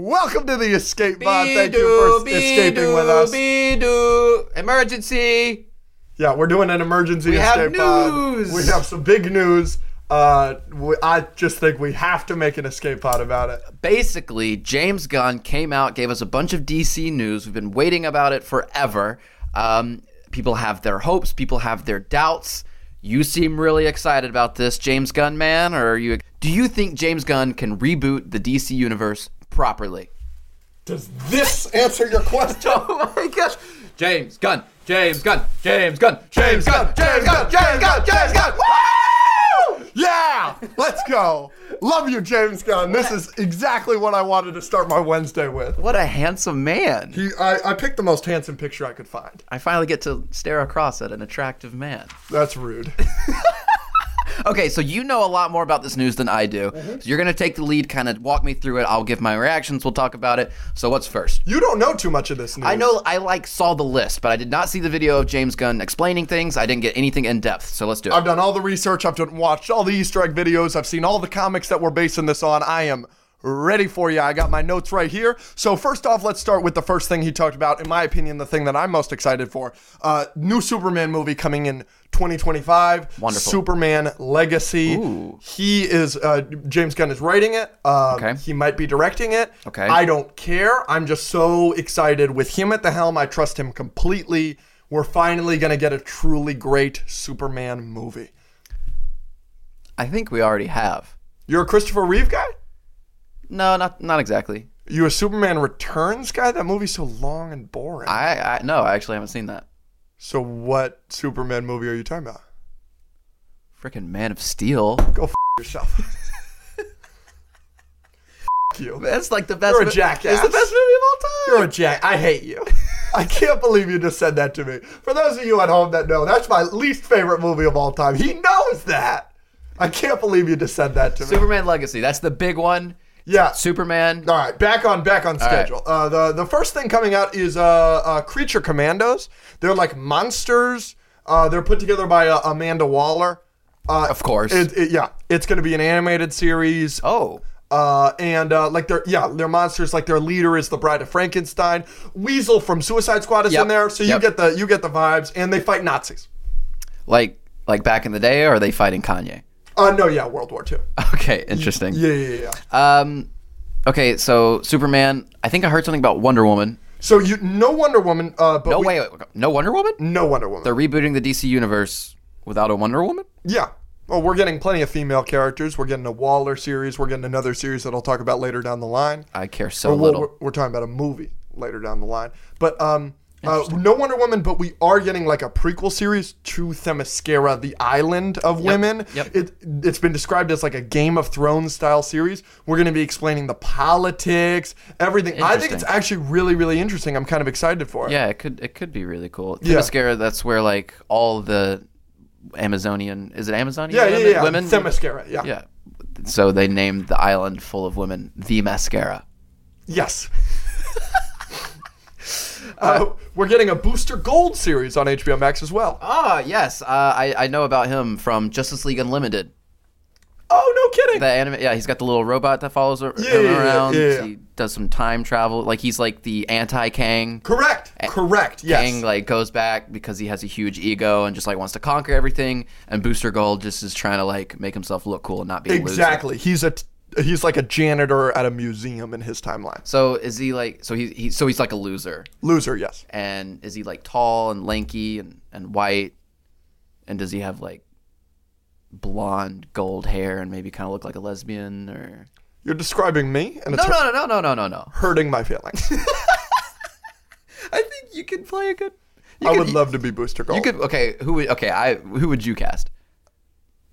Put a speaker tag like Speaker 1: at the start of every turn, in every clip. Speaker 1: Welcome to the Escape Pod. Thank you for escaping with us.
Speaker 2: Be-doo. Emergency.
Speaker 1: Yeah, we're doing an emergency
Speaker 2: We have
Speaker 1: escape pod.
Speaker 2: news.
Speaker 1: We have some big news. Uh, we, I just think we have to make an escape pod about it.
Speaker 2: Basically, James Gunn came out, gave us a bunch of DC news. We've been waiting about it forever. Um, people have their hopes, people have their doubts. You seem really excited about this, James Gunn man, or are you? Do you think James Gunn can reboot the DC universe properly?
Speaker 1: Does this answer your question?
Speaker 2: Oh my gosh. James Gunn, James Gunn, James Gunn, James Gunn,
Speaker 1: James Gunn, James
Speaker 2: James Gunn, James
Speaker 1: Gunn,
Speaker 2: Gunn,
Speaker 1: James
Speaker 2: James
Speaker 1: Gunn.
Speaker 2: Gunn.
Speaker 1: yeah, let's go. Love you, James Gunn. This is exactly what I wanted to start my Wednesday with.
Speaker 2: What a handsome man.
Speaker 1: He, I, I picked the most handsome picture I could find.
Speaker 2: I finally get to stare across at an attractive man.
Speaker 1: That's rude.
Speaker 2: Okay, so you know a lot more about this news than I do.
Speaker 1: Mm-hmm.
Speaker 2: So you're going to take the lead, kind of walk me through it. I'll give my reactions. We'll talk about it. So, what's first?
Speaker 1: You don't know too much of this news.
Speaker 2: I know I like saw the list, but I did not see the video of James Gunn explaining things. I didn't get anything in depth. So, let's do it.
Speaker 1: I've done all the research. I've done, watched all the Easter egg videos. I've seen all the comics that we're basing this on. I am ready for you. I got my notes right here. So first off, let's start with the first thing he talked about. In my opinion, the thing that I'm most excited for: uh, new Superman movie coming in 2025.
Speaker 2: Wonderful.
Speaker 1: Superman Legacy. He is uh, James Gunn is writing it. Uh,
Speaker 2: Okay.
Speaker 1: He might be directing it.
Speaker 2: Okay.
Speaker 1: I don't care. I'm just so excited with him at the helm. I trust him completely. We're finally going to get a truly great Superman movie.
Speaker 2: I think we already have.
Speaker 1: You're a Christopher Reeve guy?
Speaker 2: No, not not exactly.
Speaker 1: You a Superman Returns guy? That movie's so long and boring.
Speaker 2: I, I no, I actually haven't seen that.
Speaker 1: so what Superman movie are you talking about?
Speaker 2: Freaking Man of Steel.
Speaker 1: Go f- yourself. F- you.
Speaker 2: That's like the best.
Speaker 1: You're a
Speaker 2: mo-
Speaker 1: jackass.
Speaker 2: It's the best movie of all time.
Speaker 1: You're a jack. I hate you. I can't believe you just said that to me. For those of you at home that know, that's my least favorite movie of all time. He knows that. I can't believe you just said that to me.
Speaker 2: Superman Legacy. That's the big one.
Speaker 1: yeah.
Speaker 2: Superman.
Speaker 1: All right, back on back on
Speaker 2: right.
Speaker 1: schedule. Uh, the the first thing coming out is uh, uh, Creature Commandos. They're like monsters. Uh, they're put together by uh, Amanda Waller. Uh,
Speaker 2: Of course.
Speaker 1: it, it- yeah, it's going to be an animated series.
Speaker 2: oh.
Speaker 1: Uh, and uh, like they're yeah they're monsters. Like their leader is the Bride of Frankenstein. Weasel from Suicide Squad is
Speaker 2: Yep.
Speaker 1: in there, so you
Speaker 2: Yep.
Speaker 1: get the you get the vibes. And they fight Nazis.
Speaker 2: Like like back in the day, or are they fighting Kanye?
Speaker 1: Uh, no, yeah, World War II.
Speaker 2: Okay, interesting.
Speaker 1: Yeah, yeah, yeah. yeah.
Speaker 2: Um okay, so Superman, I think I heard something about Wonder Woman.
Speaker 1: So you no Wonder Woman. Uh, but
Speaker 2: No
Speaker 1: we-
Speaker 2: wait, wait, wait, no Wonder Woman?
Speaker 1: no Wonder Woman.
Speaker 2: They're rebooting the DC universe without a Wonder Woman?
Speaker 1: Yeah. Well, we're getting plenty of female characters. We're getting a Waller series. We're getting another series that I'll talk about later down the line.
Speaker 2: I care so
Speaker 1: Well,
Speaker 2: little.
Speaker 1: We're, we're talking about a movie later down the line. But um, uh, no Wonder Woman, but we are getting like a prequel series to Themyscira, the island of women.
Speaker 2: yep.
Speaker 1: It, it's been described as like a Game of Thrones style series. We're going to be explaining the politics, everything. I think it's
Speaker 2: Interesting.
Speaker 1: actually really, really interesting. I'm kind of excited for it.
Speaker 2: Yeah, it could it could be really cool.
Speaker 1: Yeah.
Speaker 2: Themyscira, that's where like all the Amazonian is it Amazonian
Speaker 1: Yeah, yeah,
Speaker 2: women?
Speaker 1: yeah.
Speaker 2: women?
Speaker 1: Themyscira, yeah.
Speaker 2: Yeah. So they named the island full of women the mascara.
Speaker 1: Yes. uh, we're getting a Booster Gold series on HBO Max as well.
Speaker 2: Ah, yes. Uh, I, I know about him from Justice League Unlimited.
Speaker 1: Oh, no kidding.
Speaker 2: The anime, yeah, he's got the little robot that follows ar-
Speaker 1: Yeah,
Speaker 2: him
Speaker 1: yeah, yeah,
Speaker 2: around.
Speaker 1: yeah, yeah.
Speaker 2: He does some time travel. Like he's like the anti Kang.
Speaker 1: correct. correct. Yes.
Speaker 2: Kang like goes back because he has a huge ego and just like wants to conquer everything. And Booster Gold just is trying to like make himself look cool and not be a loser.
Speaker 1: exactly. He's a t- he's like a janitor at a museum in his timeline.
Speaker 2: So is he like? So he, he so he's like a loser.
Speaker 1: Loser, yes.
Speaker 2: And is he like tall and lanky and and white? And does he have like blonde gold hair and maybe kind of look like a lesbian or?
Speaker 1: You're describing me and it's
Speaker 2: No, no, no, no, no, no, no, no.
Speaker 1: hurting my feelings.
Speaker 2: I think you can play a good. You
Speaker 1: I
Speaker 2: could-
Speaker 1: would love to be Booster Gold.
Speaker 2: You could okay. Who would okay? I who would you cast?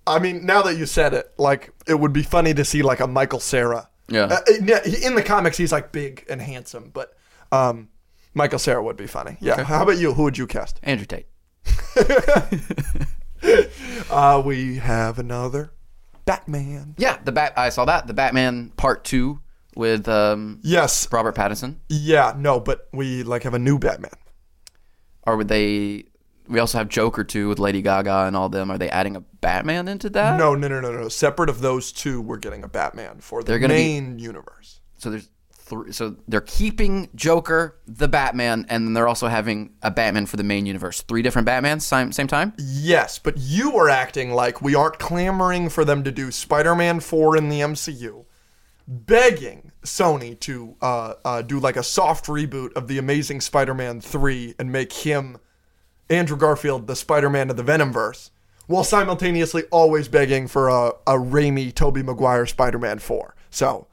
Speaker 1: I mean, now that you said it, like it would be funny to see like a Michael Sarah.
Speaker 2: Yeah.
Speaker 1: Uh, yeah, he- in the comics, he's like big and handsome, but um, Michael Sarah would be funny. Yeah. How about you? Who would you cast?
Speaker 2: Andrew Tate.
Speaker 1: Uh, we have another Batman.
Speaker 2: Yeah, the bat. I saw that the Batman Part Two with um
Speaker 1: Yes.
Speaker 2: Robert Pattinson.
Speaker 1: Yeah. No, but we like have a new Batman.
Speaker 2: Or would they? We also have Joker Two with Lady Gaga and all them. Are they adding a Batman into that?
Speaker 1: No, no, no, no, no. Separate of those two, we're getting a Batman for the
Speaker 2: They're gonna be-
Speaker 1: main universe.
Speaker 2: So there's three. So they're keeping Joker, the Batman, and then they're also having a Batman for the main universe. Three different Batmans, same same time.
Speaker 1: Yes, but you were acting like we aren't clamoring for them to do Spider Man 4 in the MCU, begging Sony to uh, uh, do like a soft reboot of The Amazing Spider Man 3 and make him, Andrew Garfield, the Spider Man of the Venomverse, while simultaneously always begging for a, a Raimi, Tobey Maguire Spider Man 4. So,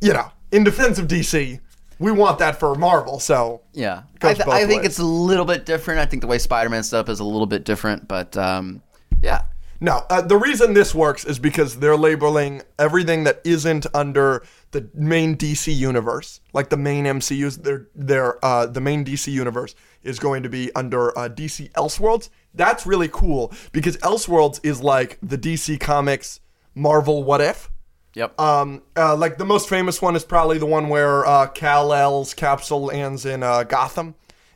Speaker 1: you know, in defense of DC, we want that for Marvel, so.
Speaker 2: Yeah,
Speaker 1: Goes
Speaker 2: I, th-
Speaker 1: both
Speaker 2: I think
Speaker 1: ways.
Speaker 2: it's a little bit different. I think the way Spider-Man set up is a little bit different, but um, yeah,
Speaker 1: No, uh, the reason this works is because they're labeling everything that isn't under the main DC universe, like the main MCU's. Their their uh, the main DC universe is going to be under uh, DC Elseworlds. That's really cool because Elseworlds is like the DC Comics Marvel What If.
Speaker 2: yep.
Speaker 1: Um, uh, like the most famous one is probably the one where uh, Kal El's capsule lands in uh, Gotham,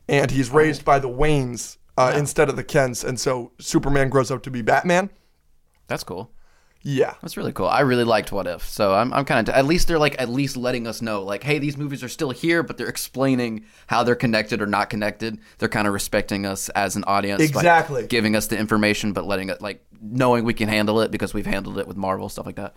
Speaker 1: and he's raised by the Waynes uh, instead of the Kents, and so Superman grows up to be Batman.
Speaker 2: That's cool.
Speaker 1: Yeah.
Speaker 2: That's really cool. I really liked What If, so I'm, I'm kind of at least they're like at least letting us know like, hey, these movies are still here, but they're explaining how they're connected or not connected. They're kind of respecting us as an audience, by
Speaker 1: Exactly.
Speaker 2: giving us the information, but letting it like knowing we can handle it because we've handled it with Marvel stuff like that.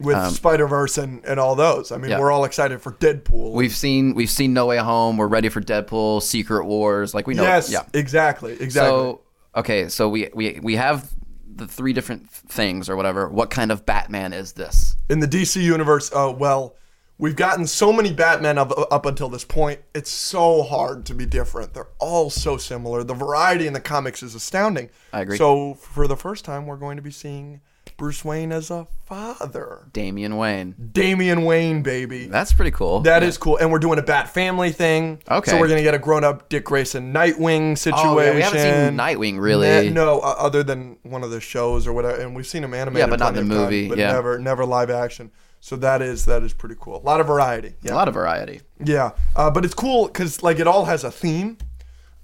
Speaker 1: With Spider Verse and, and all those. I mean,
Speaker 2: Um, yeah.
Speaker 1: we're all excited for Deadpool.
Speaker 2: We've seen we've seen No Way Home. We're ready for Deadpool, Secret Wars. Like we know,
Speaker 1: yes,
Speaker 2: yeah.
Speaker 1: exactly. Exactly.
Speaker 2: So okay, so we we we have the three different things or whatever. What kind of Batman is this?
Speaker 1: in the DC universe, uh, well, we've gotten so many Batman up, up until this point. It's so hard to be different. They're all so similar. The variety in the comics is astounding.
Speaker 2: I agree.
Speaker 1: So for the first time, we're going to be seeing Bruce Wayne as a father.
Speaker 2: Damian Wayne.
Speaker 1: Damian Wayne, baby.
Speaker 2: That's pretty cool.
Speaker 1: That is cool. And we're doing a Bat family thing.
Speaker 2: Okay.
Speaker 1: So we're going to get a grown up Dick Grayson Nightwing situation.
Speaker 2: Oh, yeah, we haven't seen Nightwing really.
Speaker 1: Eh, no, uh, other than one of the shows or whatever, and we've seen him animated.
Speaker 2: Yeah, but not
Speaker 1: plenty
Speaker 2: the
Speaker 1: of times,
Speaker 2: movie,
Speaker 1: but
Speaker 2: yeah.
Speaker 1: never, never live action. So that is that is pretty cool. A lot of variety.
Speaker 2: A
Speaker 1: Yeah,
Speaker 2: lot of variety.
Speaker 1: yeah. Uh, but it's cool because like it all has a theme.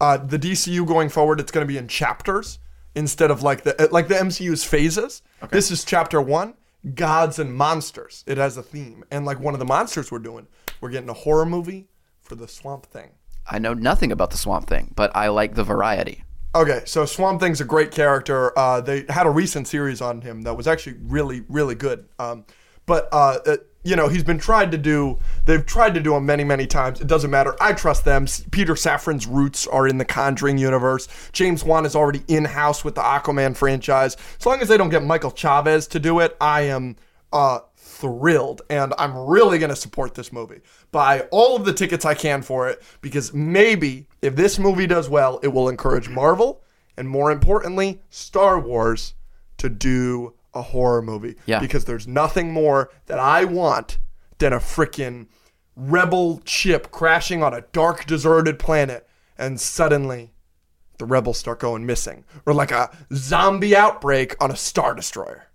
Speaker 1: Uh, the DCU going forward, it's going to be in chapters instead of like the uh, like the MCU's phases. This is chapter one, gods and monsters. It has a theme, and like one of the monsters we're doing, we're getting a horror movie for the Swamp Thing.
Speaker 2: I know nothing about the Swamp Thing, but I like the variety.
Speaker 1: Okay, so Swamp Thing's a great character. Uh, they had a recent series on him that was actually really, really good. Um, but uh, uh, you know, he's been tried to do. They've tried to do him many, many times. It doesn't matter. I trust them. S- Peter Safran's roots are in the Conjuring universe. James Wan is already in house with the Aquaman franchise. As long as they don't get Michael Chavez to do it, I am uh, thrilled, and I'm really going to support this movie. Buy all of the tickets I can for it because maybe if this movie does well, it will encourage Marvel and more importantly, Star Wars to do a horror movie.
Speaker 2: Yeah.
Speaker 1: Because there's nothing more that I want than a freaking rebel ship crashing on a dark, deserted planet, and suddenly the rebels start going missing, or like a zombie outbreak on a star destroyer.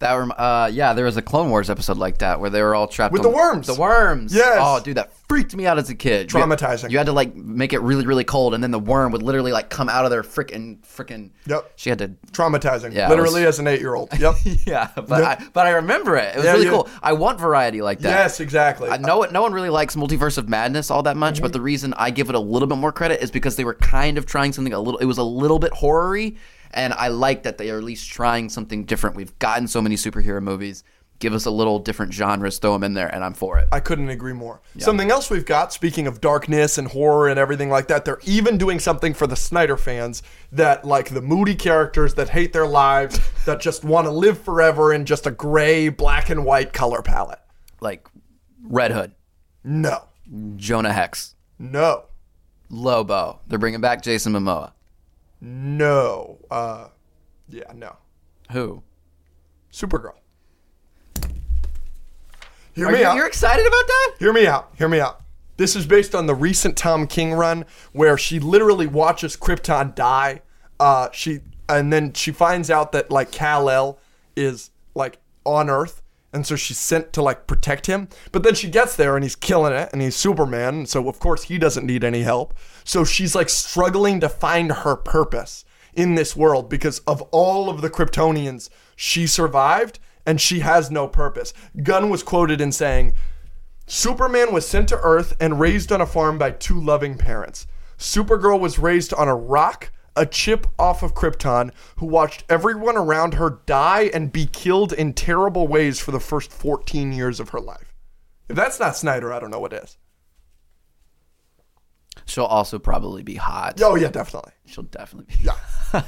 Speaker 2: That rem- uh yeah, there was a Clone Wars episode like that where they were all trapped with
Speaker 1: the worms.
Speaker 2: The worms.
Speaker 1: Yes.
Speaker 2: Oh, dude, that freaked me out as a kid.
Speaker 1: Traumatizing.
Speaker 2: You, you had to like make it really really cold, and then the worm would literally like come out of their freaking freaking.
Speaker 1: Yep.
Speaker 2: She had to.
Speaker 1: Traumatizing,
Speaker 2: Yeah, it
Speaker 1: literally as an eight-year-old. Yep.
Speaker 2: Yeah, but I, but I remember it. It was
Speaker 1: Yeah,
Speaker 2: really
Speaker 1: yeah.
Speaker 2: cool. I want variety like that.
Speaker 1: yes, exactly.
Speaker 2: I know it, no one really likes Multiverse of Madness all that much, but the reason I give it a little bit more credit is because they were kind of trying something a little. It was a little bit horror-y, and I like that they are at least trying something different. We've gotten so many superhero movies. Give us a little different genres, throw them in there, and I'm for it.
Speaker 1: I couldn't agree more. Something else we've got, speaking of darkness and horror and everything like that, they're even doing something for the Snyder fans that like the moody characters that hate their lives, that just want to live forever in just a gray, black and white color palette.
Speaker 2: Like Red Hood,
Speaker 1: No.
Speaker 2: Jonah Hex,
Speaker 1: No.
Speaker 2: Lobo. They're bringing back Jason Momoa.
Speaker 1: No. Uh yeah, no.
Speaker 2: Who?
Speaker 1: Supergirl. Hear
Speaker 2: Are
Speaker 1: me
Speaker 2: you,
Speaker 1: out.
Speaker 2: you're excited about that?
Speaker 1: Hear me out. Hear me out. This is based on the recent Tom King run where she literally watches Krypton die. Uh, she and then she finds out that like Kal El is like on Earth, and so she's sent to like protect him. But then she gets there and he's killing it, and he's Superman, and so of course he doesn't need any help. So she's like struggling to find her purpose in this world because of all of the Kryptonians she survived, and she has no purpose. Gunn was quoted in saying Superman was sent to Earth and raised on a farm by two loving parents. Supergirl was raised on a rock, a chip off of Krypton, who watched everyone around her die and be killed in terrible ways for the first 14 years of her life. If that's not Snyder, I don't know what is.
Speaker 2: She'll also probably be hot.
Speaker 1: Oh, yeah, definitely.
Speaker 2: She'll definitely be.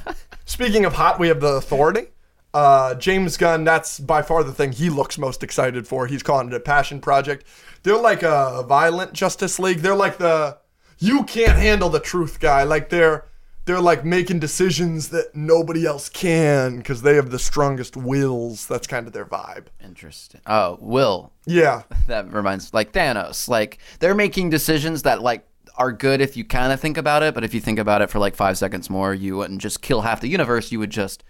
Speaker 1: Speaking of hot, we have the authority. Uh, James Gunn, that's by far the thing he looks most excited for. He's calling it a passion project. They're like a violent Justice League. They're like the you can't handle the truth guy. Like they're they're like making decisions that nobody else can because they have the strongest wills. That's kind of their vibe.
Speaker 2: Interesting. Oh, Will.
Speaker 1: Yeah,
Speaker 2: That reminds like Thanos. Like they're making decisions that like are good if you kind of think about it, but if you think about it for like five seconds more, you wouldn't just kill half the universe. You would just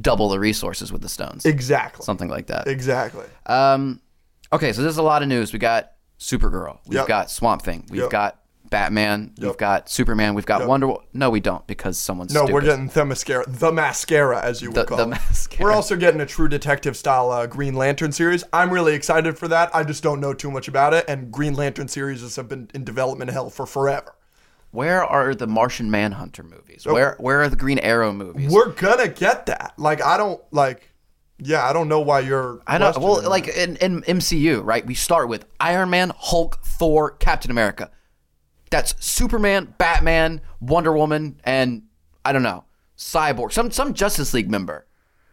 Speaker 2: double the resources with the stones.
Speaker 1: exactly,
Speaker 2: Something like that.
Speaker 1: exactly.
Speaker 2: Um, okay, so there's a lot of news. We got Supergirl. We've
Speaker 1: Yep.
Speaker 2: got Swamp Thing. We've
Speaker 1: Yep.
Speaker 2: got Batman. We've got Superman. We've got Wonder. Wo- No, we don't because someone's
Speaker 1: No,
Speaker 2: stupid.
Speaker 1: we're getting the mascara, the mascara, as you would
Speaker 2: The-
Speaker 1: call
Speaker 2: the
Speaker 1: it.
Speaker 2: mascara.
Speaker 1: We're also getting a True Detective style uh, Green Lantern series. I'm really excited for that. I just don't know too much about it, and Green Lantern series have been in development hell for forever.
Speaker 2: Where are the Martian Manhunter movies? Where Where are the Green Arrow movies?
Speaker 1: We're gonna get that. Like, I don't like. Yeah, I don't know why you're.
Speaker 2: I don't. Well,
Speaker 1: questioning
Speaker 2: like in, in MCU, right? We start with Iron Man, Hulk, Thor, Captain America. That's Superman, Batman, Wonder Woman, and I don't know, Cyborg, some some Justice League member.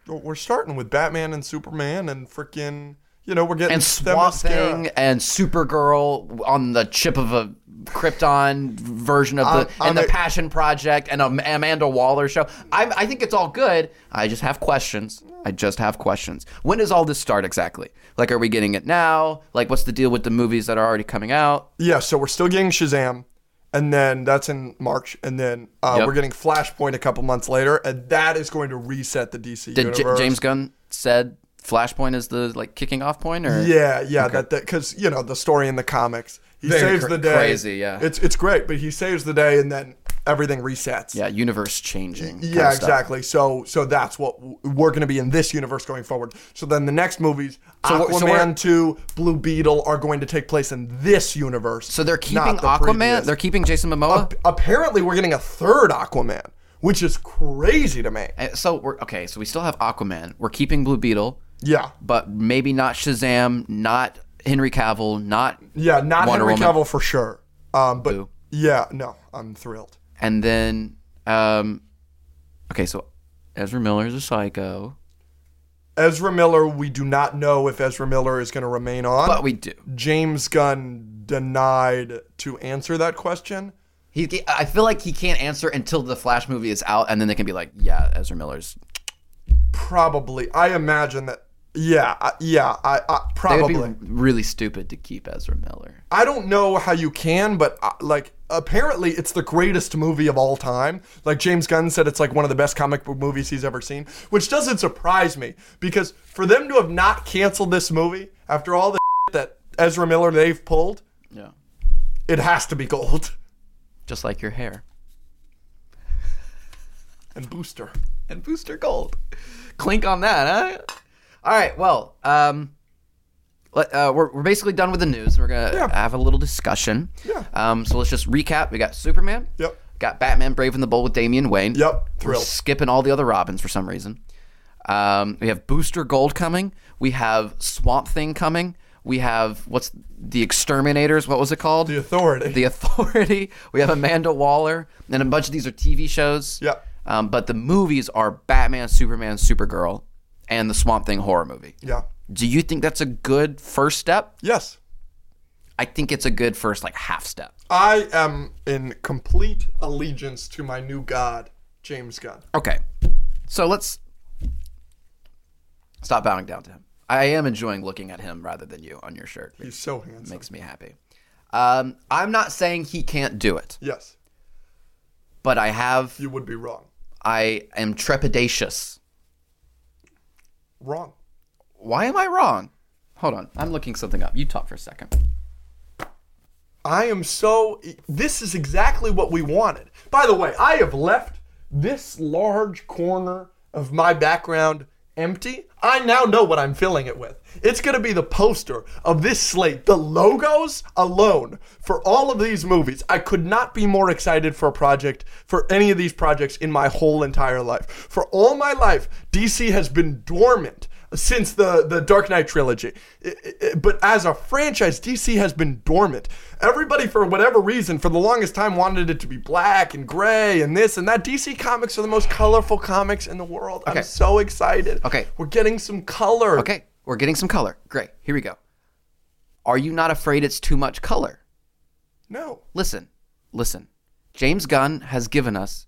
Speaker 1: that. We're starting with Batman and Superman and freaking. You know, we're getting
Speaker 2: and
Speaker 1: the
Speaker 2: Swamp
Speaker 1: mascara.
Speaker 2: Thing and Supergirl on the chip of a Krypton version of the
Speaker 1: I'm
Speaker 2: and the
Speaker 1: a-
Speaker 2: Passion Project and um, Amanda Waller show. I, I think it's all good. I just have questions. I just have questions. When does all this start exactly? Like, are we getting it now? Like, what's the deal with the movies that are already coming out?
Speaker 1: Yeah, so we're still getting Shazam, and then that's in March, and then uh,
Speaker 2: Yep.
Speaker 1: we're getting Flashpoint a couple months later, and that is going to reset the DC
Speaker 2: Did J-
Speaker 1: universe.
Speaker 2: James Gunn said Flashpoint is the like kicking off point or
Speaker 1: Yeah, yeah, that because you know the story in the comics, he
Speaker 2: Very
Speaker 1: saves
Speaker 2: cra-
Speaker 1: the day.
Speaker 2: crazy, yeah.
Speaker 1: it's it's great, but he saves the day, and then everything resets.
Speaker 2: yeah universe changing? kinda
Speaker 1: Yeah,
Speaker 2: stuff.
Speaker 1: exactly. So, so that's what w- we're going to be in this universe going forward. So then the next movies,
Speaker 2: So we're-
Speaker 1: Aquaman
Speaker 2: so we're-
Speaker 1: two, Blue Beetle, are going to take place in this universe.
Speaker 2: So they're keeping
Speaker 1: not the
Speaker 2: Aquaman.
Speaker 1: previous.
Speaker 2: They're keeping Jason Momoa.
Speaker 1: apparently we're getting a third Aquaman, which is crazy to me.
Speaker 2: Uh, So we're okay. So we still have Aquaman. We're keeping Blue Beetle,
Speaker 1: Yeah.
Speaker 2: but maybe not Shazam, not Henry Cavill, not
Speaker 1: Yeah, not
Speaker 2: Wonder
Speaker 1: Henry
Speaker 2: Woman.
Speaker 1: Cavill for sure. Um, but
Speaker 2: Boo.
Speaker 1: yeah, no, I'm thrilled.
Speaker 2: and then um, okay. So Ezra Miller's a psycho,
Speaker 1: Ezra Miller, we do not know if Ezra Miller is going to remain on.
Speaker 2: but we do.
Speaker 1: James Gunn denied to answer that question.
Speaker 2: He, he- I feel like he can't answer until the Flash movie is out, and then they can be like, yeah, Ezra Miller's.
Speaker 1: Probably, I imagine that. Yeah, I- yeah, I, I
Speaker 2: It would
Speaker 1: probably.
Speaker 2: be really stupid to keep Ezra Miller.
Speaker 1: I don't know how you can, but uh, like apparently it's the greatest movie of all time. Like James Gunn said, it's like one of the best comic book movies he's ever seen, which doesn't surprise me because for them to have not canceled this movie after all the that Ezra Miller they've pulled,
Speaker 2: Yeah,
Speaker 1: it has to be gold
Speaker 2: just like your hair
Speaker 1: and Booster.
Speaker 2: and Booster Gold. Clink on that, huh? All right. Well, um, let, uh, we're, we're basically done with the news. We're gonna
Speaker 1: Yeah.
Speaker 2: have a little discussion.
Speaker 1: Yeah.
Speaker 2: Um, so let's just recap. We got Superman.
Speaker 1: Yep.
Speaker 2: Got Batman Brave and the Bold with Damian Wayne.
Speaker 1: Yep,
Speaker 2: We're
Speaker 1: thrilled.
Speaker 2: skipping all the other Robins for some reason. Um, we have Booster Gold coming. We have Swamp Thing coming. We have what's the Exterminators? What was it called?
Speaker 1: The Authority.
Speaker 2: The Authority. We have Amanda Waller, and a bunch of these are TV shows.
Speaker 1: Yep.
Speaker 2: Um, but the movies are Batman, Superman, Supergirl, and the Swamp Thing horror movie.
Speaker 1: yeah.
Speaker 2: Do you think that's a good first step?
Speaker 1: Yes.
Speaker 2: I think it's a good first like half step.
Speaker 1: I am in complete allegiance to my new god, James Gunn.
Speaker 2: Okay. So let's stop bowing down to him. I am enjoying looking at him rather than you on your shirt. It
Speaker 1: He's so handsome.
Speaker 2: makes me happy. Um, I'm not saying he can't do it,
Speaker 1: Yes.
Speaker 2: but I have
Speaker 1: You would be wrong.
Speaker 2: I am trepidatious.
Speaker 1: Wrong.
Speaker 2: Why am I wrong? Hold on. I'm looking something up. You talk for a second.
Speaker 1: I am so. This is exactly what we wanted. By the way, I have left this large corner of my background empty, I now know what I'm filling it with. It's going to be the poster of this slate, the logos alone for all of these movies. I could not be more excited for a project, for any of these projects in my whole entire life. For all my life, DC has been dormant since the the Dark Knight trilogy. It- it- it- but as a franchise, DC has been dormant. Everybody, for whatever reason, for the longest time, wanted it to be black and gray and this and that. DC comics are the most colorful comics in the world.
Speaker 2: Okay.
Speaker 1: I'm so excited.
Speaker 2: Okay.
Speaker 1: we're getting some color.
Speaker 2: Okay, we're getting some color. Great. Here we go. Are you not afraid it's too much color?
Speaker 1: No.
Speaker 2: Listen, listen. James Gunn has given us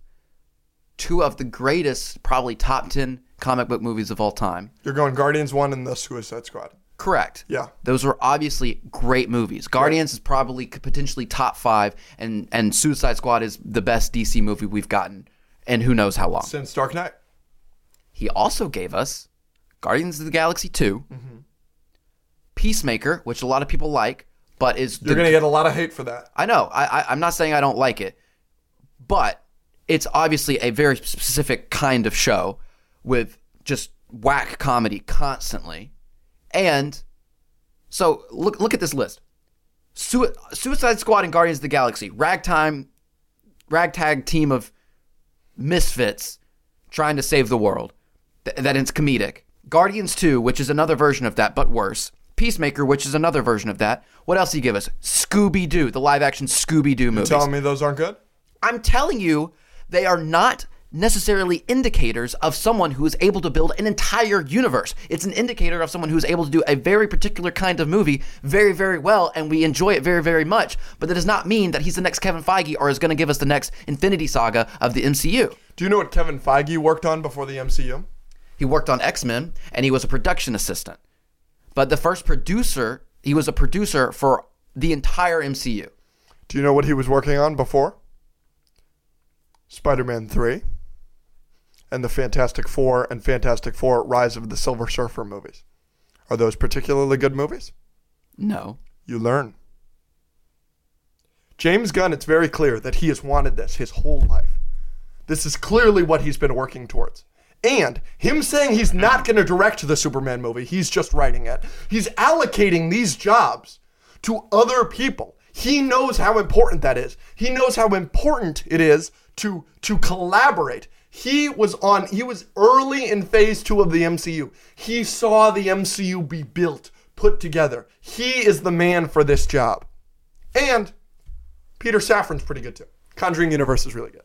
Speaker 2: two of the greatest, probably top 10 comic book movies of all time.
Speaker 1: You're going Guardians One and the Suicide Squad.
Speaker 2: Correct.
Speaker 1: Yeah.
Speaker 2: Those were obviously great movies. Guardians is probably c- potentially top five, and, and Suicide Squad is the best DC movie we've gotten, and who knows how long.
Speaker 1: Since Dark Knight.
Speaker 2: He also gave us Guardians of the Galaxy 2,
Speaker 1: Mm-hmm.
Speaker 2: Peacemaker, which a lot of people like, but is the
Speaker 1: You're gonna get a lot of hate for that.
Speaker 2: I know. I, I I'm not saying I don't like it, but it's obviously a very specific kind of show with just whack comedy constantly, and so look look at this list: Sui- Suicide Squad and Guardians of the Galaxy, ragtime, ragtag team of misfits trying to save the world. Th- that ends comedic. Guardians 2, which is another version of that, but worse. Peacemaker, which is another version of that. What else do you give us? Scooby Doo, the live action Scooby Doo movies.
Speaker 1: Telling me those aren't good.
Speaker 2: I'm telling you, they are not necessarily indicators of someone who is able to build an entire universe. It's an indicator of someone who's able to do a very particular kind of movie very, very well, and we enjoy it very, very much. But that does not mean that he's the next Kevin Feige or is going to give us the next Infinity Saga of the MCU.
Speaker 1: Do you know what Kevin Feige worked on before the MCU?
Speaker 2: He worked on X Men and he was a production assistant. But the first producer, he was a producer for the entire MCU.
Speaker 1: Do you know what he was working on before? Spider Man 3 and the Fantastic Four and Fantastic Four Rise of the Silver Surfer movies. Are those particularly good movies?
Speaker 2: No.
Speaker 1: You learn. James Gunn, it's very clear that he has wanted this his whole life. This is clearly what he's been working towards. And him saying he's not going to direct the Superman movie, he's just writing it. He's allocating these jobs to other people. He knows how important that is. He knows how important it is to to collaborate. He was on he was early in phase 2 of the MCU. He saw the MCU be built, put together. He is the man for this job. And Peter Safran's pretty good too. Conjuring Universe is really good.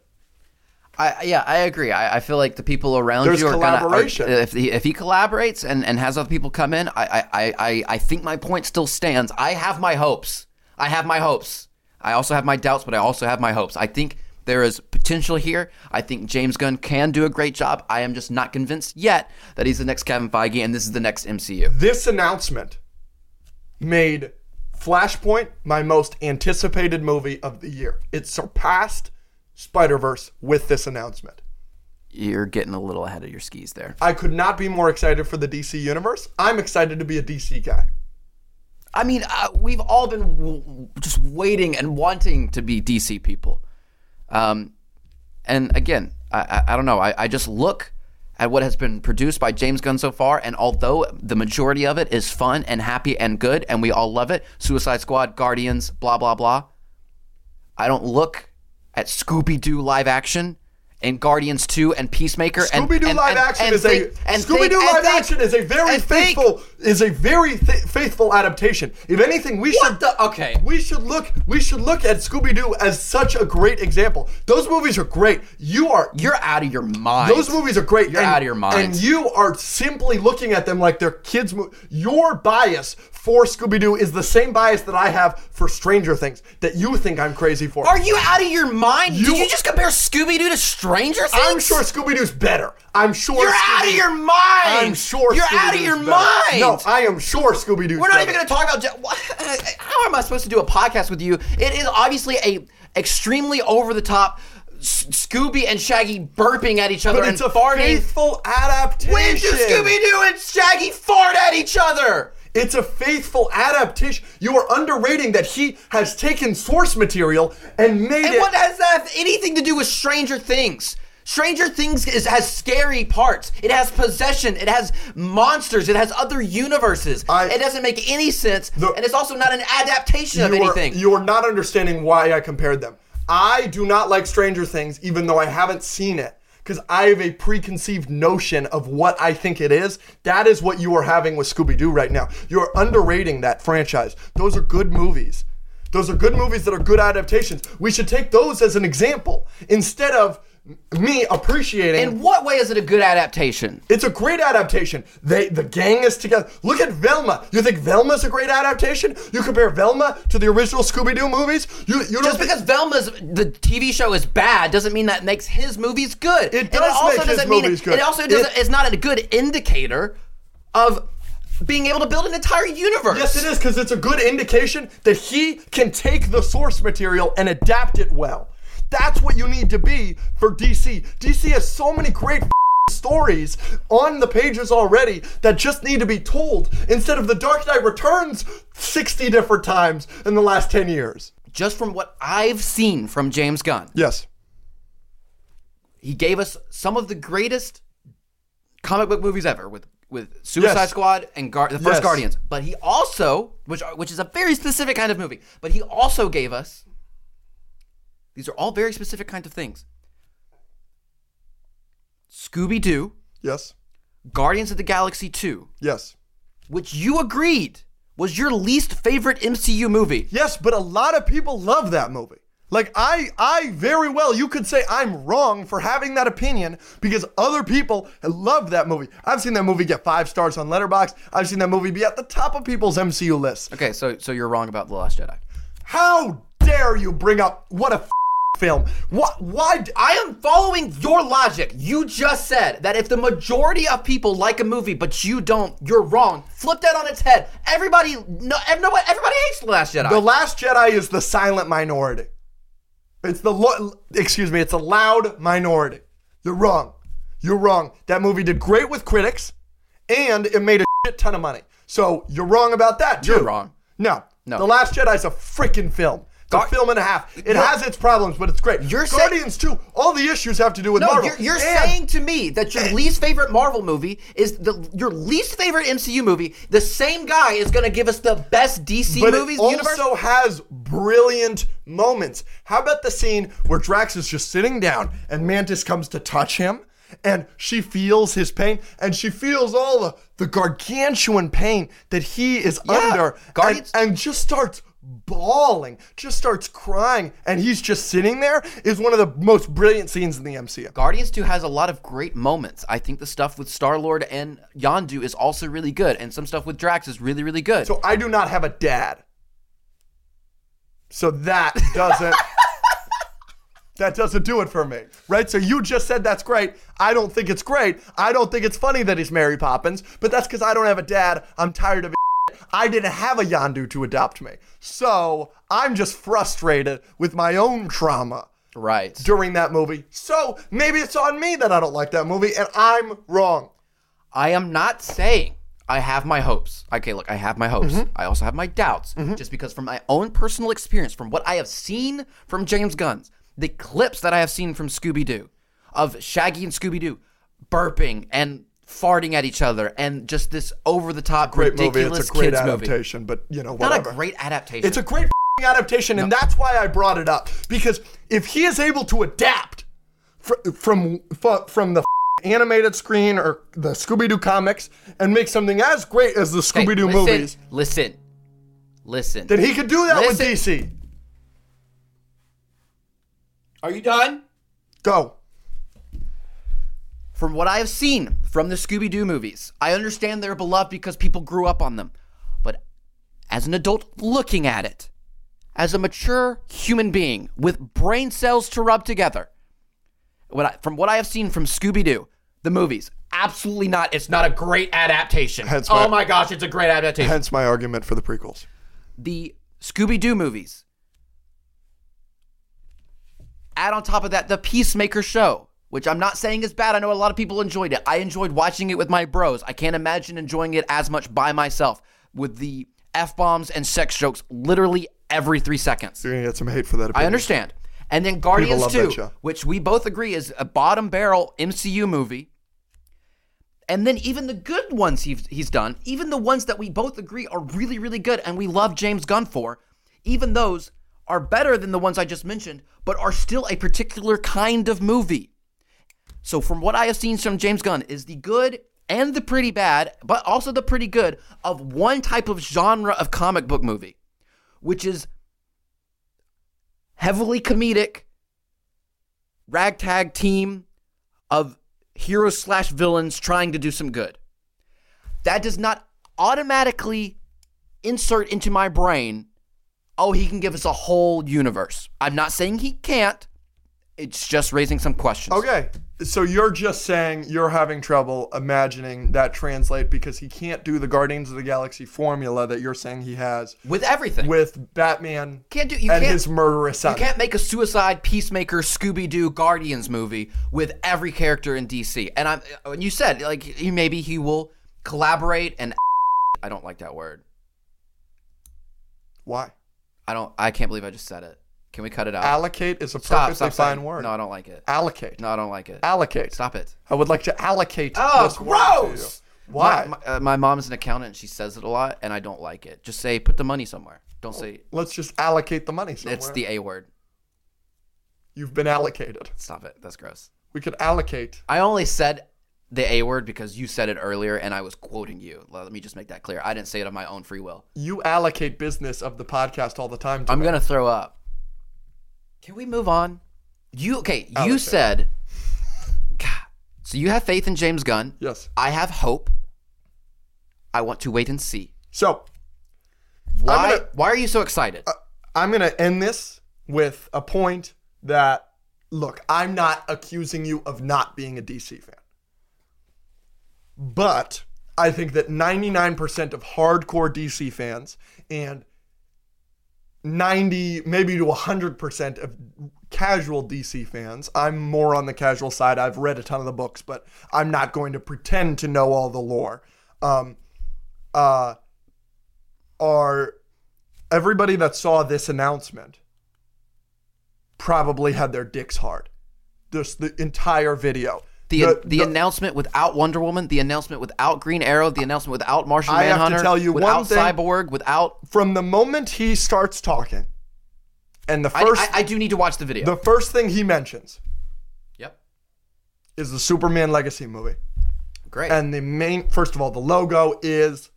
Speaker 2: I, yeah, I agree. I, I feel like the people around
Speaker 1: There's
Speaker 2: you are gonna- are-
Speaker 1: collaboration.
Speaker 2: if, he, if he collaborates and, and has other people come in, I, I, I, I, I think my point still stands. I have my hopes. I have my hopes. I also have my doubts, but I also have my hopes. I think there is potential here. I think James Gunn can do a great job. I am just not convinced yet that he's the next Kevin Feige and this is the next MCU.
Speaker 1: this announcement made Flashpoint my most anticipated movie of the year. It surpassed Spider Verse with this announcement.
Speaker 2: You're getting a little ahead of your skis there.
Speaker 1: I could not be more excited for the DC universe. I'm excited to be a DC guy.
Speaker 2: I mean, uh, we've all been w- w- just waiting and wanting to be DC people. Um, and again, I, I, I don't know. I, I just look at what has been produced by James Gunn so far, and although the majority of it is fun and happy and good, and we all love it Suicide Squad, Guardians, blah, blah, blah. I don't look at Scooby Doo live action. And Guardians 2 and Peacemaker and-
Speaker 1: Scooby Doo
Speaker 2: and-
Speaker 1: live
Speaker 2: and-
Speaker 1: action
Speaker 2: and
Speaker 1: is
Speaker 2: think-
Speaker 1: a
Speaker 2: and
Speaker 1: Scooby
Speaker 2: think-
Speaker 1: Doo
Speaker 2: and
Speaker 1: live
Speaker 2: think-
Speaker 1: action is a very
Speaker 2: and think.
Speaker 1: faithful is a very th- faithful adaptation. If anything, we
Speaker 2: What
Speaker 1: should
Speaker 2: the- okay.
Speaker 1: We should look we should look at Scooby Doo as such a great example. Those movies are great. You are
Speaker 2: You're out of your mind.
Speaker 1: Those movies are great.
Speaker 2: You're
Speaker 1: and-
Speaker 2: out of your mind.
Speaker 1: And you are simply looking at them like they're kids' movies. Your bias for Scooby Doo is the same bias that I have for Stranger Things that you think I'm crazy for.
Speaker 2: Are you out of your mind?
Speaker 1: You-
Speaker 2: Did you just compare Scooby Doo to Stranger Things?
Speaker 1: I'm sure Scooby Doo's better. I'm sure
Speaker 2: You're out of
Speaker 1: Scooby-Doo-
Speaker 2: your mind.
Speaker 1: I'm sure
Speaker 2: You're out of
Speaker 1: Scooby-Doo's
Speaker 2: your
Speaker 1: better.
Speaker 2: mind.
Speaker 1: No, I am sure Scooby Doo's.
Speaker 2: We're not even going to talk about. Je- what- How am I supposed to do a podcast with you? It is obviously a extremely over the top Scooby and Shaggy burping at each other
Speaker 1: But
Speaker 2: and
Speaker 1: it's a
Speaker 2: farting.
Speaker 1: faithful adaptation.
Speaker 2: when do Scooby Doo and Shaggy fart at each other?
Speaker 1: It's a faithful adaptation. You are underrating that he has taken source material and made
Speaker 2: And
Speaker 1: it.
Speaker 2: what has that anything to do with Stranger Things?
Speaker 3: Stranger Things is, has scary parts. It has possession. It has monsters. It has other universes.
Speaker 1: I-
Speaker 3: it doesn't make any sense,
Speaker 1: The-
Speaker 3: and it's also not an adaptation of
Speaker 1: you
Speaker 3: anything.
Speaker 1: Are, you are not understanding why I compared them. I do not like Stranger Things, even though I haven't seen it, because I have a preconceived notion of what I think it is. That is what you are having with Scooby Doo right now. You're underrating that franchise. Those are good movies. Those are good movies that are good adaptations. We should take those as an example instead of me appreciating
Speaker 2: In what way is it a good adaptation?
Speaker 1: it's a great adaptation. They the gang is together. Look at Velma. You think Velma's a great adaptation? You compare Velma to the original Scooby Doo movies? You you don't
Speaker 2: Just
Speaker 1: think-
Speaker 2: because Velma's the TV show is bad doesn't mean that makes his movies good. And It
Speaker 1: does make his movies good.
Speaker 2: It also doesn't. it's not a good indicator of being able to build an entire universe.
Speaker 1: Yes, it is because it's a good indication that he can take the source material and adapt it well. That's what you need to be for DC. DC has so many great stories on the pages already that just need to be told instead of The Dark Knight Returns 60 different times in the last 10 years.
Speaker 2: Just from what I've seen from James Gunn,
Speaker 1: Yes.
Speaker 2: he gave us some of the greatest comic book movies ever with with Suicide
Speaker 1: Yes.
Speaker 2: Squad and Gar- the first
Speaker 1: Yes.
Speaker 2: Guardians. But he also, which are- which is a very specific kind of movie, but he also gave us these are all very specific kinds of things. Scooby Doo,
Speaker 1: Yes.
Speaker 2: Guardians of the Galaxy 2,
Speaker 1: Yes.
Speaker 2: which you agreed was your least favorite MCU movie.
Speaker 1: Yes, but a lot of people love that movie. Like I I very well you could say I'm wrong for having that opinion because other people love that movie. I've seen that movie get 5 stars on Letterboxd. I've seen that movie be at the top of people's MCU lists.
Speaker 2: Okay, so so you're wrong about The Last Jedi.
Speaker 1: How dare you bring up what a f- film? What why d-
Speaker 2: I am following your logic. You just said that if the majority of people like a movie but you don't, you're wrong. Flip that on its head. Everybody, no, ev- no everybody hates The Last Jedi.
Speaker 1: The Last Jedi is the silent minority. It's the lo- excuse me, it's a loud minority. You're wrong. You're wrong. That movie did great with critics, and it made a shit ton of money. So you're wrong about that. Too.
Speaker 2: You're wrong.
Speaker 1: No,
Speaker 2: No.
Speaker 1: The Last Jedi is a freaking film. It's a
Speaker 2: Gar-
Speaker 1: film and a half. It has its problems, but it's great.
Speaker 2: You're sa-
Speaker 1: Guardians too. All the issues have to do with
Speaker 2: no,
Speaker 1: Marvel.
Speaker 2: you're, you're
Speaker 1: And-
Speaker 2: saying to me that your least favorite Marvel movie is the your least favorite MCU movie. The same guy is going to give us the best DC
Speaker 1: but
Speaker 2: movies
Speaker 1: it also
Speaker 2: universe.
Speaker 1: has brilliant moments. How about the scene where Drax is just sitting down and Mantis comes to touch him and she feels his pain and she feels all the, the gargantuan pain that he is under and,
Speaker 2: Guardians-
Speaker 1: and just starts bawling, just starts crying and he's just sitting there is one of the most brilliant scenes in the MCU.
Speaker 2: Guardians 2 has a lot of great moments. I think the stuff with Star Lord and Yondu is also really good, and some stuff with Drax is really, really good.
Speaker 1: So I do not have a dad. So that doesn't that doesn't do it for me. Right? So you just said that's great. I don't think it's great. I don't think it's funny that he's Mary Poppins, but that's because I don't have a dad. I'm tired of it. I didn't have a Yandu to adopt me. So I'm just frustrated with my own trauma
Speaker 2: right.
Speaker 1: during that movie. So maybe it's on me that I don't like that movie, and I'm wrong.
Speaker 2: I am not saying I have my hopes. Okay, look, I have my hopes.
Speaker 1: Mm-hmm.
Speaker 2: I also have my doubts. Just because from my own personal experience, from what I have seen from James Gunn's, the clips that I have seen from Scooby Doo of Shaggy and Scooby Doo burping and farting at each other and just this over the top
Speaker 1: Great movie.
Speaker 2: ridiculous
Speaker 1: It's a great
Speaker 2: kids movie.
Speaker 1: adaptation, but you know, whatever.
Speaker 2: Not a great adaptation.
Speaker 1: It's a great f***ing adaptation, and that's why I brought it up because if he is able to adapt fr- from f- from the f***ing animated screen or the Scooby Doo comics and make something as great as the
Speaker 2: Hey,
Speaker 1: Scooby Doo
Speaker 2: listen,
Speaker 1: movies,
Speaker 2: Listen. Listen.
Speaker 1: then he could do that
Speaker 2: Listen.
Speaker 1: with DC.
Speaker 2: Are you done?
Speaker 1: Go.
Speaker 2: from what I have seen from the Scooby Doo movies, I understand they're beloved because people grew up on them. But as an adult looking at it, as a mature human being with brain cells to rub together, what I, from what I have seen from Scooby Doo, the movies, absolutely not. It's not a great adaptation.
Speaker 1: Hence
Speaker 2: oh
Speaker 1: my-
Speaker 2: my gosh, it's a great adaptation
Speaker 1: Hence my argument for the prequels.
Speaker 2: the Scooby Doo movies. Add on top of that the Peacemaker show, which I'm not saying is bad. I know a lot of people enjoyed it. I enjoyed watching it with my bros. I can't imagine enjoying it as much by myself with the F bombs and sex jokes literally every three seconds.
Speaker 1: You're gonna get some hate for that.
Speaker 2: I
Speaker 1: Opinion.
Speaker 2: understand. And then Guardians
Speaker 1: love that
Speaker 2: 2,
Speaker 1: show.
Speaker 2: which we both agree is a bottom barrel MCU movie. And then even the good ones he's, he's done, even the ones that we both agree are really, really good and we love James Gunn for, even those are better than the ones I just mentioned, but are still a particular kind of movie. So from what I have seen from James Gunn is the good and the pretty bad, but also the pretty good of one type of genre of comic book movie, which is heavily comedic ragtag team of heroes slash villains trying to do some good. That does not automatically insert into my brain, oh, he can give us a whole universe. I'm not saying he can't. It's just raising some questions.
Speaker 1: Okay. So you're just saying you're having trouble imagining that translate because he can't do the Guardians of the Galaxy formula that you're saying he has
Speaker 2: With everything.
Speaker 1: with Batman
Speaker 2: Can't do- you
Speaker 1: and
Speaker 2: can't-
Speaker 1: his murderous son.
Speaker 2: You can't make a Suicide Peacemaker Scooby Doo Guardians movie with every character in DC. And I'm and you said like he, maybe he will collaborate and I don't like that word.
Speaker 1: Why?
Speaker 2: I don't. I can't believe I just said it. Can we cut it out?
Speaker 1: Allocate is a
Speaker 2: stop.
Speaker 1: perfectly
Speaker 2: Stop.
Speaker 1: fine
Speaker 2: saying-
Speaker 1: word.
Speaker 2: No, I don't like it.
Speaker 1: allocate.
Speaker 2: No, I don't like it.
Speaker 1: Allocate.
Speaker 2: Stop it.
Speaker 1: I would like to allocate.
Speaker 3: Oh,
Speaker 1: this word to
Speaker 3: gross!
Speaker 1: you. Why?
Speaker 2: My, uh, my mom's an accountant. and She says it a lot, and I don't like it. Just say put the money somewhere. Don't say
Speaker 1: Let's just allocate the money somewhere.
Speaker 2: it's the A word.
Speaker 1: You've been allocated.
Speaker 2: Stop it. That's gross.
Speaker 1: We could allocate.
Speaker 2: I only said the A word because you said it earlier, and I was quoting you. Let me just make that clear. I didn't say it of my own free will.
Speaker 1: You allocate business of the podcast all the time.
Speaker 2: I'm
Speaker 1: Jimmy.
Speaker 2: gonna throw up. Can we move on? You okay? You
Speaker 1: okay.
Speaker 2: said, God. So you have faith in James Gunn.
Speaker 1: Yes.
Speaker 2: I have hope. I want to wait and see.
Speaker 1: So
Speaker 2: Why?
Speaker 1: gonna- Uh,
Speaker 2: why are you so excited?
Speaker 1: I'm going to end this with a point that look, I'm not accusing you of not being a DC fan. But I think that 99% of hardcore DC fans and 90 maybe to 100% of casual DC fans. I'm more on the casual side. I've read a ton of the books, but I'm not going to pretend to know all the lore. Um uh are everybody that saw this announcement probably had their dicks hard. This the entire video.
Speaker 2: the the, announcement without Wonder Woman, the announcement without Green Arrow, the announcement without Martian
Speaker 1: I have to
Speaker 2: Manhunter,
Speaker 1: tell you
Speaker 2: without
Speaker 1: one thing-
Speaker 2: Cyborg, without.
Speaker 1: from the moment he starts talking, and the
Speaker 2: I-
Speaker 1: first
Speaker 2: I, I do need to watch the video.
Speaker 1: the first thing he mentions
Speaker 2: yep.
Speaker 1: is the Superman Legacy movie.
Speaker 2: Great.
Speaker 1: And the main, first of all, the logo is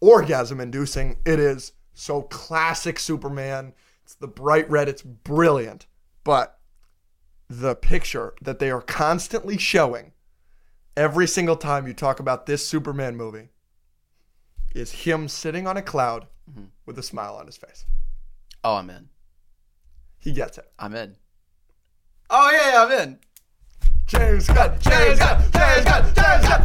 Speaker 1: orgasm inducing. It is so classic Superman. It's the bright red, it's brilliant. But the picture that they are constantly showing every single time you talk about this Superman movie is him sitting on a cloud
Speaker 2: Mm-hmm.
Speaker 1: with a smile on his face.
Speaker 2: oh, I'm in.
Speaker 1: He gets it.
Speaker 2: I'm in. Oh yeah, I'm in.
Speaker 1: James Gunn, James Gunn, James Gunn, James Gunn,